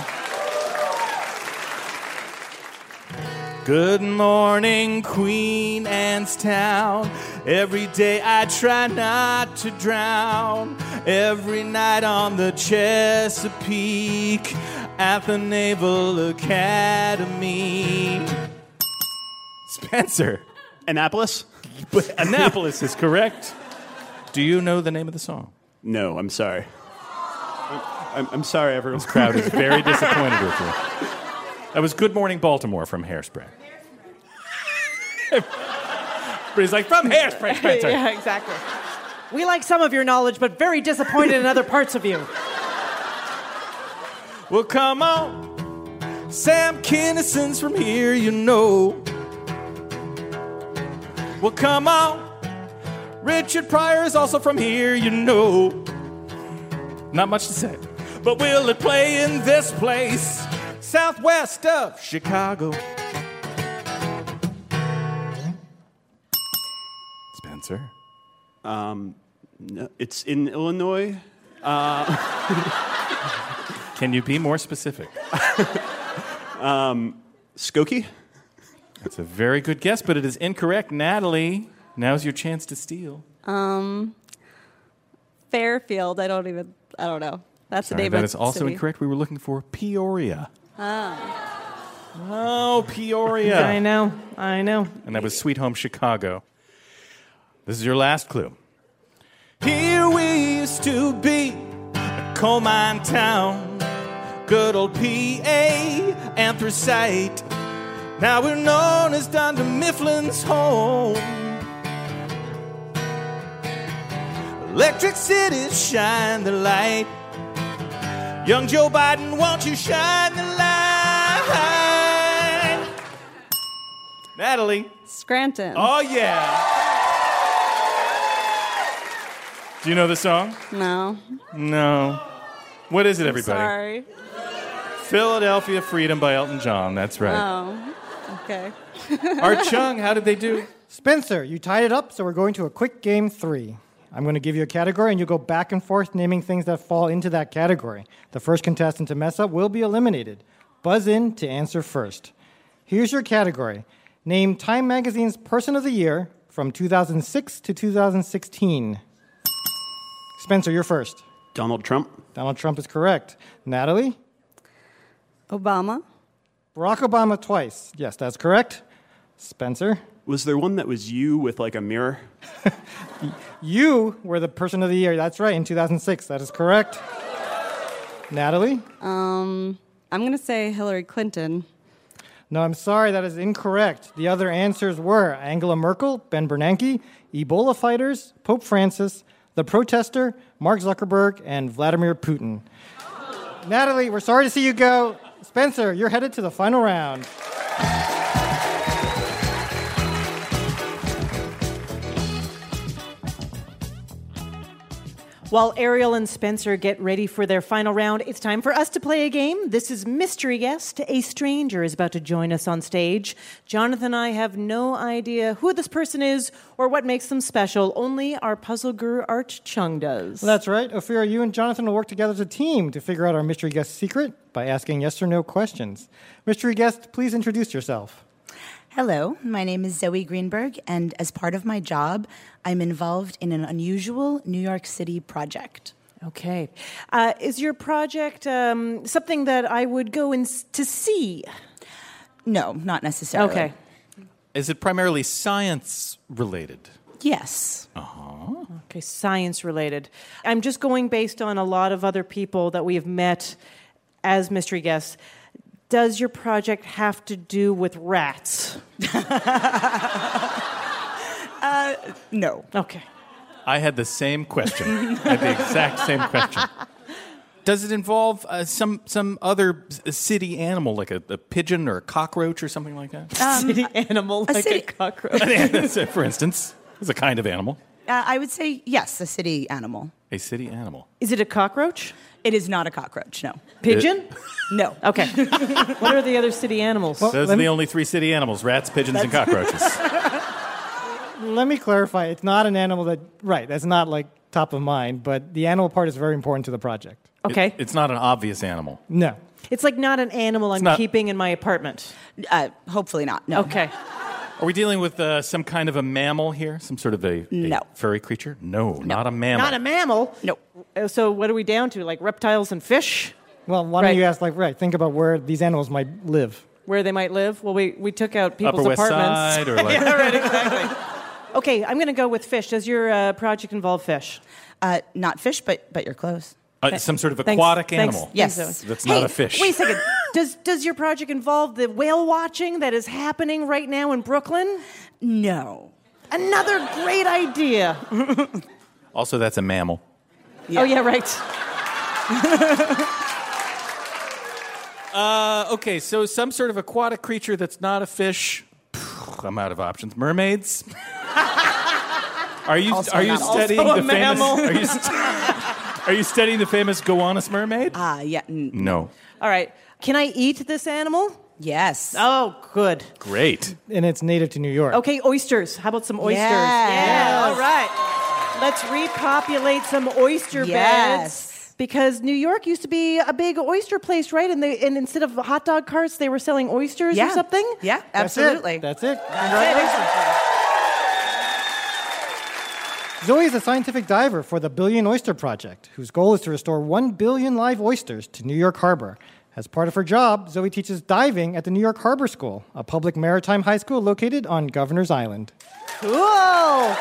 Good morning, Queen Anne's Town. Every day I try not to drown. Every night on the Chesapeake at the Naval Academy. Spencer,
Annapolis?
Annapolis is correct. Do you know the name of the song?
No, I'm sorry. I'm, I'm sorry, everyone.
This crowd is very disappointed with you. That was Good Morning Baltimore from Hairspray. but he's like, from Hairspray, Spencer.
yeah, exactly. We like some of your knowledge, but very disappointed in other parts of you.
Well, come on. Sam Kinnison's from here, you know. Well, come on. Richard Pryor is also from here, you know. Not much to say. But will it play in this place? Southwest of Chicago. Spencer.
Um, no, it's in Illinois. Uh,
Can you be more specific?
Um, Skokie?
That's a very good guess, but it is incorrect. Natalie, now's your chance to steal.
Um, Fairfield. I don't even. I don't know. That's
Sorry,
the name
that
of
is also
city.
incorrect. We were looking for Peoria.
Oh.
Oh, Peoria.
I know. I know.
And that was Sweet Home Chicago. This is your last clue. Here we used to be a coal mine town, good old PA anthracite. Now we're known as Dunder Mifflin's home. Electric cities shine the light. Young Joe Biden, won't you shine the light? Natalie.
Scranton.
Oh, yeah. Do you know the song?
No.
No. What is it, everybody?
Sorry.
Philadelphia Freedom by Elton John. That's
Uh,
right.
Oh. Okay.
Art Chung, how did they do?
Spencer, you tied it up, so we're going to a quick game three. I'm going to give you a category, and you go back and forth naming things that fall into that category. The first contestant to mess up will be eliminated. Buzz in to answer first. Here's your category Name Time Magazine's Person of the Year from 2006 to 2016. Spencer, you're first.
Donald Trump.
Donald Trump is correct. Natalie?
Obama.
Barack Obama twice. Yes, that's correct. Spencer?
Was there one that was you with like a mirror?
You were the person of the year. That's right, in 2006. That is correct. Natalie?
Um, I'm going to say Hillary Clinton.
No, I'm sorry, that is incorrect. The other answers were Angela Merkel, Ben Bernanke, Ebola fighters, Pope Francis, the protester, Mark Zuckerberg, and Vladimir Putin. Natalie, we're sorry to see you go. Spencer, you're headed to the final round.
While Ariel and Spencer get ready for their final round, it's time for us to play a game. This is Mystery Guest. A stranger is about to join us on stage. Jonathan and I have no idea who this person is or what makes them special. Only our puzzle guru Art Chung does.
Well, that's right. Ophira, you and Jonathan will work together as a team to figure out our mystery guest secret by asking yes or no questions. Mystery guest, please introduce yourself.
Hello, my name is Zoe Greenberg, and as part of my job, I'm involved in an unusual New York City project.
Okay. Uh, is your project um, something that I would go in s- to see?
No, not necessarily.
Okay.
Is it primarily science related?
Yes.
Okay, science related. I'm just going based on a lot of other people that we have met as mystery guests. Does your project have to do with rats?
Uh, no.
Okay.
I had the same question. I had the exact same question. Does it involve uh, some some other s- city animal, like a, a pigeon or a cockroach or something like that?
um,
city animal like a, cockroach.
For instance, is a kind of animal.
Uh, I would say yes, a city animal.
A city animal.
Is it a cockroach?
It is not a cockroach, no.
Pigeon?
no.
Okay. what are the other city animals?
Those are the only three city animals: rats, pigeons, and cockroaches.
Let me clarify. It's not an animal that, right, that's not like top of mind, but the animal part is very important to the project.
Okay.
It- it's not an obvious animal.
No.
It's like not an animal I'm
not-
keeping in my apartment.
Uh, hopefully not. No.
Okay.
Are we dealing with uh, some kind of a mammal here? Some sort of a, a
No.
furry creature? No, not a mammal.
Not a mammal. Uh,
No.
So what are we down to? Like reptiles and fish?
Well, why don't
Right.
you ask, like, right, think about where these animals might live.
Where they might live? Well, we, we took out people's
Upper West
apartments.
Side or like-
yeah, right, exactly. okay, I'm going to go with fish. Does your uh, project involve fish?
Uh, not fish, but but you're close.
Uh, some sort of
Thanks-
aquatic
thanks-
animal.
Yes.
That's
Hey,
not a fish.
Wait a second. Does does your project involve the whale watching that is happening right now in Brooklyn?
No.
Another great idea.
Also, that's a mammal.
Oh yeah, right.
Uh, okay, so some sort of aquatic creature that's not a fish. Phew, I'm out of options. Mermaids. are you
Also
are you
not- also
studying
a
the famous?
mammal.
Are you, st- are you studying the famous Gowanus mermaid?
Ah, yeah. n-
No.
All right. Can I eat this animal?
Yes.
Oh, good.
Great.
And it's native to New York.
Okay, oysters. How about some oysters?
Yes.
Yeah. All right. Let's repopulate some oyster
Yes.
beds. Because New York used to be a big oyster place, right? And, they, and instead of hot dog carts, they were selling oysters
yeah.
or something?
Yeah,
That's it.
absolutely.
That's it.
Congratulations.
Zoe is a scientific diver for the Billion Oyster Project, whose goal is to restore 1 billion live oysters to New York Harbor. As part of her job, Zoe teaches diving at the New York Harbor School, a public maritime high school located on Governor's Island.
Cool.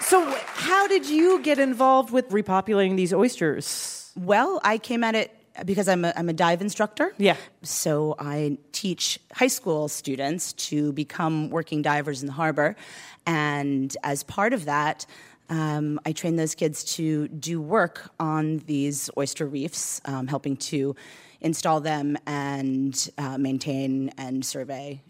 So, how did you get involved with repopulating these oysters?
Well, I came at it because I'm a, I'm a dive instructor.
Yeah.
So I teach high school students to become working divers in the harbor. And as part of that, um, I train those kids to do work on these oyster reefs, um, helping to install them and uh, maintain and survey.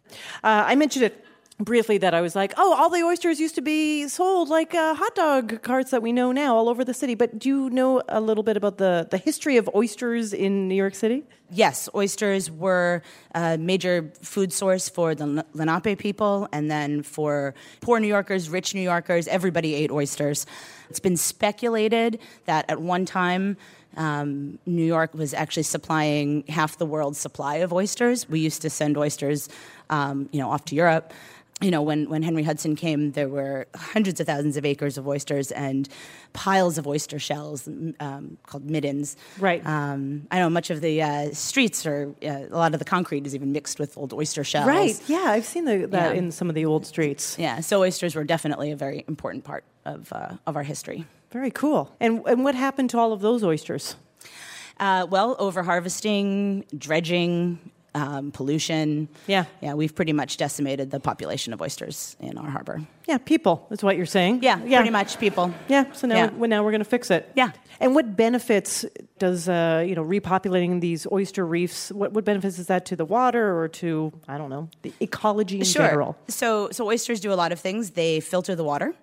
Uh, I mentioned it briefly that I was like, oh, all the oysters used to be sold like uh, hot dog carts that we know now all over the city. But do you know a little bit about the, the history of oysters in New York City?
Yes, oysters were a major food source for the Lenape people, and then for poor New Yorkers, rich New Yorkers, everybody ate oysters. It's been speculated that at one time, um, New York was actually supplying half the world's supply of oysters. We used to send oysters, um, you know, off to Europe you know, when, when Henry Hudson came, there were hundreds of thousands of acres of oysters and piles of oyster shells um, called middens.
Right.
Um, I know much of the uh, streets or uh, a lot of the concrete is even mixed with old oyster shells.
Right. Yeah, I've seen the, that
Yeah.
in some of the old streets.
Yeah. So oysters were definitely a very important part of uh, of our history.
Very cool. And and what happened to all of those oysters?
Uh, well, over harvesting, dredging, um, pollution.
Yeah.
Yeah. We've pretty much decimated the population of oysters in our harbor.
Yeah, people. That's what you're saying.
Yeah. Pretty much people.
Yeah. So now,
Yeah.
well, now we're going to fix it.
Yeah.
And what benefits does uh, you know repopulating these oyster reefs? What, what benefits is that to the water or to I don't know the ecology in
sure.
general?
So, so oysters do a lot of things. They filter the water.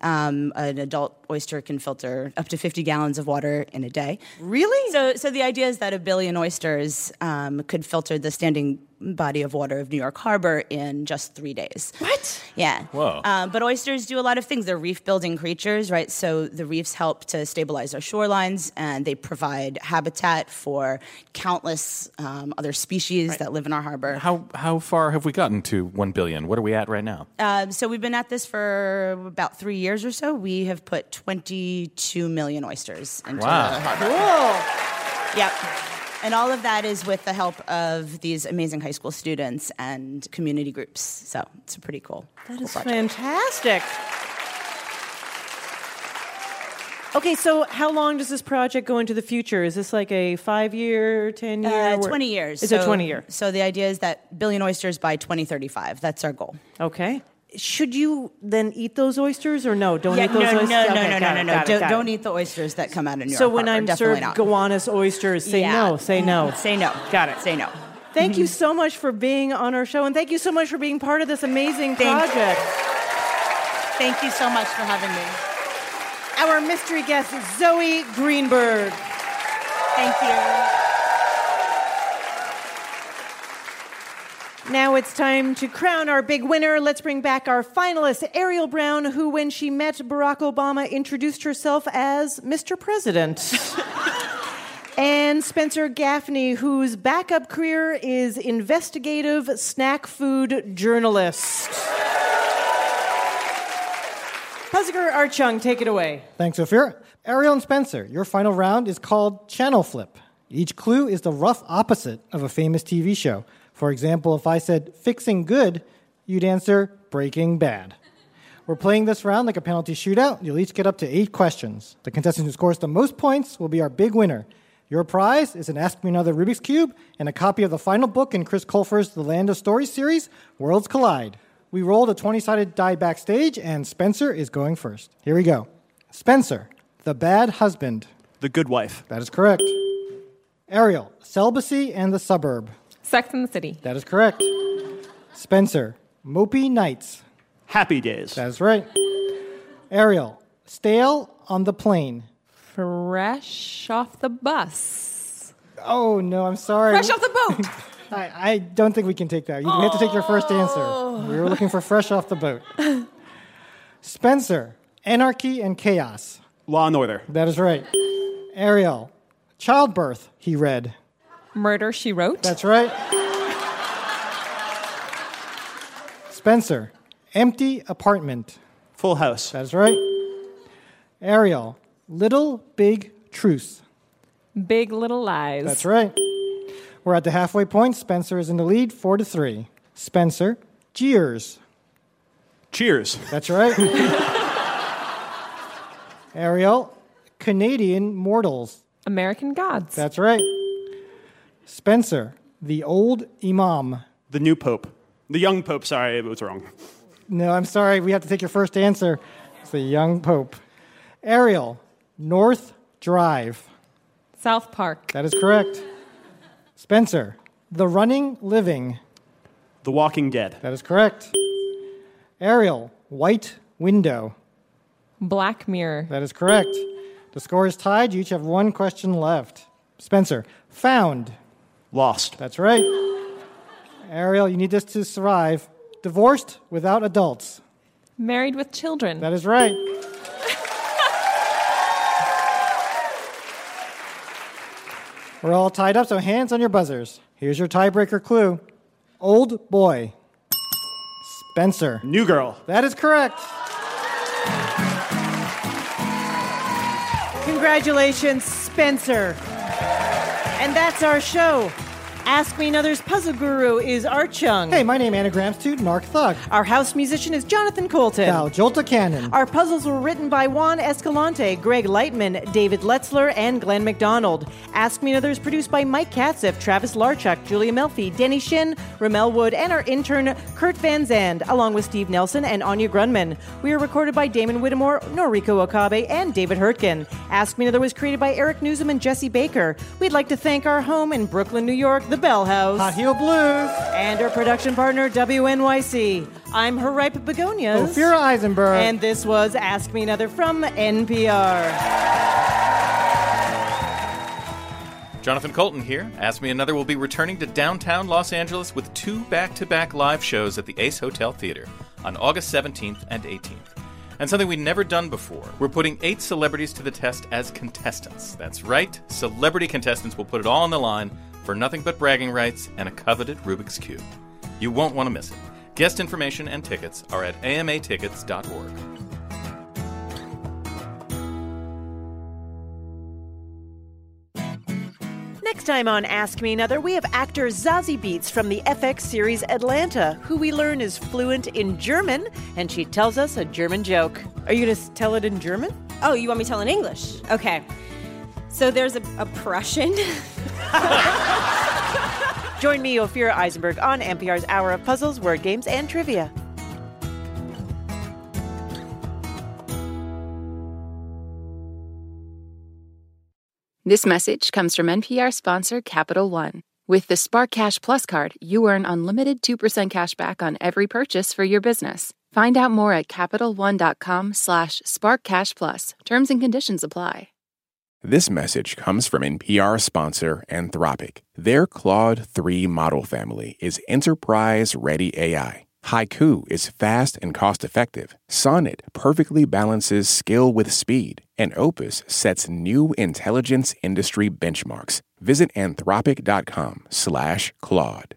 Um, an adult oyster can filter up to 50 gallons of water in a day.
Really?
So, so the idea is that a billion oysters um, could filter the standing body of water of New York Harbor in just three days.
What?
Yeah.
Whoa.
Um, but oysters do a lot of things. They're reef building creatures, right? So the reefs help to stabilize our shorelines and they provide habitat for countless um, other species that live in our harbor.
How how far have we gotten to one billion? What are we at right now?
Um, so we've been at this for about three years or so. We have put 22 million oysters into
Wow.
the harbor. Yep. And all of that is with the help of these amazing high school students and community groups. So it's pretty cool.
That
cool
is
project.
fantastic. Okay, so how long does this project go into the future? Is this like a five year, ten year?
Uh, 20 years.
It's
So-
a twenty year.
So the idea is that billion oysters by 2035. That's our goal.
Okay. Should you then eat those oysters or no? Don't
Yeah,
eat those
no,
oysters.
no, no,
Okay,
no,
got
no,
it,
no,
got it,
Don't,
got it.
don't eat the oysters that come out of New
So
York
when
Harbor.
I'm
Definitely
served
not.
Gowanus oysters, say
Yeah.
no, say no.
Say no. Got it. Say no.
Thank you so much for being on our show, and thank you so much for being part of this amazing
Thank-
project.
Thank you so much for having me.
Our mystery guest, Zoe Greenberg.
Thank you.
Now it's time to crown our big winner. Let's bring back our finalist, Ariel Brown, who, when she met Barack Obama, introduced herself as Mr. President. and Spencer Gaffney, whose backup career is investigative snack food journalist. Puzziger Archung, take it away.
Thanks, Ophira. Ariel and Spencer, your final round is called Channel Flip. Each clue is the rough opposite of a famous TV show. For example, if I said fixing good, you'd answer breaking bad. We're playing this round like a penalty shootout. You'll each get up to eight questions. The contestant who scores the most points will be our big winner. Your prize is an Ask Me Another Rubik's Cube and a copy of the final book in Chris Colfer's The Land of Stories series, Worlds Collide. We rolled a 20 sided die backstage, and Spencer is going first. Here we go. Spencer, the bad husband.
The good wife.
That is correct. Ariel, celibacy and the suburb.
Sex in the City.
That is correct. Spencer, mopey nights.
Happy days.
That's right. Ariel, stale on the plane.
Fresh off the bus.
Oh no, I'm sorry.
Fresh off the boat.
I, I don't think we can take that. You we have to take your first
Oh.
answer. We were looking for fresh off the boat. Spencer, anarchy and chaos.
Law and order.
That is right. Ariel, childbirth, he read.
Murder She Wrote.
That's right. Spencer, empty apartment.
Full House.
That's right. Ariel, Little Big Truth.
Big Little Lies.
That's right. We're at the halfway point. Spencer is in the lead, four to three. Spencer, Cheers.
Cheers.
That's right. Ariel, Canadian Mortals.
American Gods.
That's right. Spencer, the old imam.
The new pope. The young pope, sorry, it was wrong.
No, I'm sorry. We have to take your first answer. It's the young pope. Ariel, North Drive.
South Park.
That is correct. Spencer, the running living.
The Walking Dead.
That is correct. Ariel, white window.
Black Mirror.
That is correct. The score is tied. You each have one question left. Spencer, found.
Lost.
That's right. Ariel, you need this to survive. Divorced without adults.
Married with Children.
That is right. We're all tied up, so hands on your buzzers. Here's your tiebreaker clue Old boy. Spencer.
New girl.
That is correct.
Congratulations, Spencer. And that's our show. Ask Me Another's puzzle guru is Art Chung. Hey,
my name anagrams to Narc Thug.
Our house musician is Jonathan Colton.
Now, Jolta Cannon.
Our puzzles were written by Juan Escalante, Greg Lightman, David Letzler, and Glenn McDonald. Ask Me Another is produced by Mike Katziff, Travis Larchuk, Julia Melfi, Denny Shin, Ramel Wood, and our intern Kurt Van Zand, along with Steve Nelson and Anya Grunman. We are recorded by Damon Whittemore, Noriko Okabe, and David Hurtgen. Ask Me Another was created by Eric Newsom and Jesse Baker. We'd like to thank our home in Brooklyn, New York, the Bell House.
Hot Heel Blues.
And our production partner, WNYC. I'm Haripa Begonias.
Ophira Eisenberg.
And this was Ask Me Another from NPR.
Jonathan Colton here. Ask Me Another will be returning to downtown Los Angeles with two back to back live shows at the Ace Hotel Theater on August 17th and 18th. And something we've never done before we're putting eight celebrities to the test as contestants. That's right, celebrity contestants will put it all on the line for nothing but bragging rights and a coveted Rubik's Cube. You won't want to miss it. Guest information and tickets are at amatickets.org.
Next time on Ask Me Another, we have actor Zazie Beats from the FX series Atlanta, who we learn is fluent in German, and she tells us a German joke. Are you going to tell it in German?
Oh, you want me to tell in English? Okay. So there's a, a Prussian.
Join me, Ophira Eisenberg, on NPR's Hour of Puzzles, Word Games, and Trivia.
This message comes from NPR sponsor Capital One. With the Spark Cash Plus card, you earn unlimited 2% cash back on every purchase for your business. Find out more at CapitalOne.com slash SparkCashPlus. Terms and conditions apply.
This message comes from NPR sponsor Anthropic. Their Claude 3 model family is enterprise ready AI. Haiku is fast and cost effective. Sonnet perfectly balances skill with speed. And Opus sets new intelligence industry benchmarks. Visit anthropic.com slash Claude.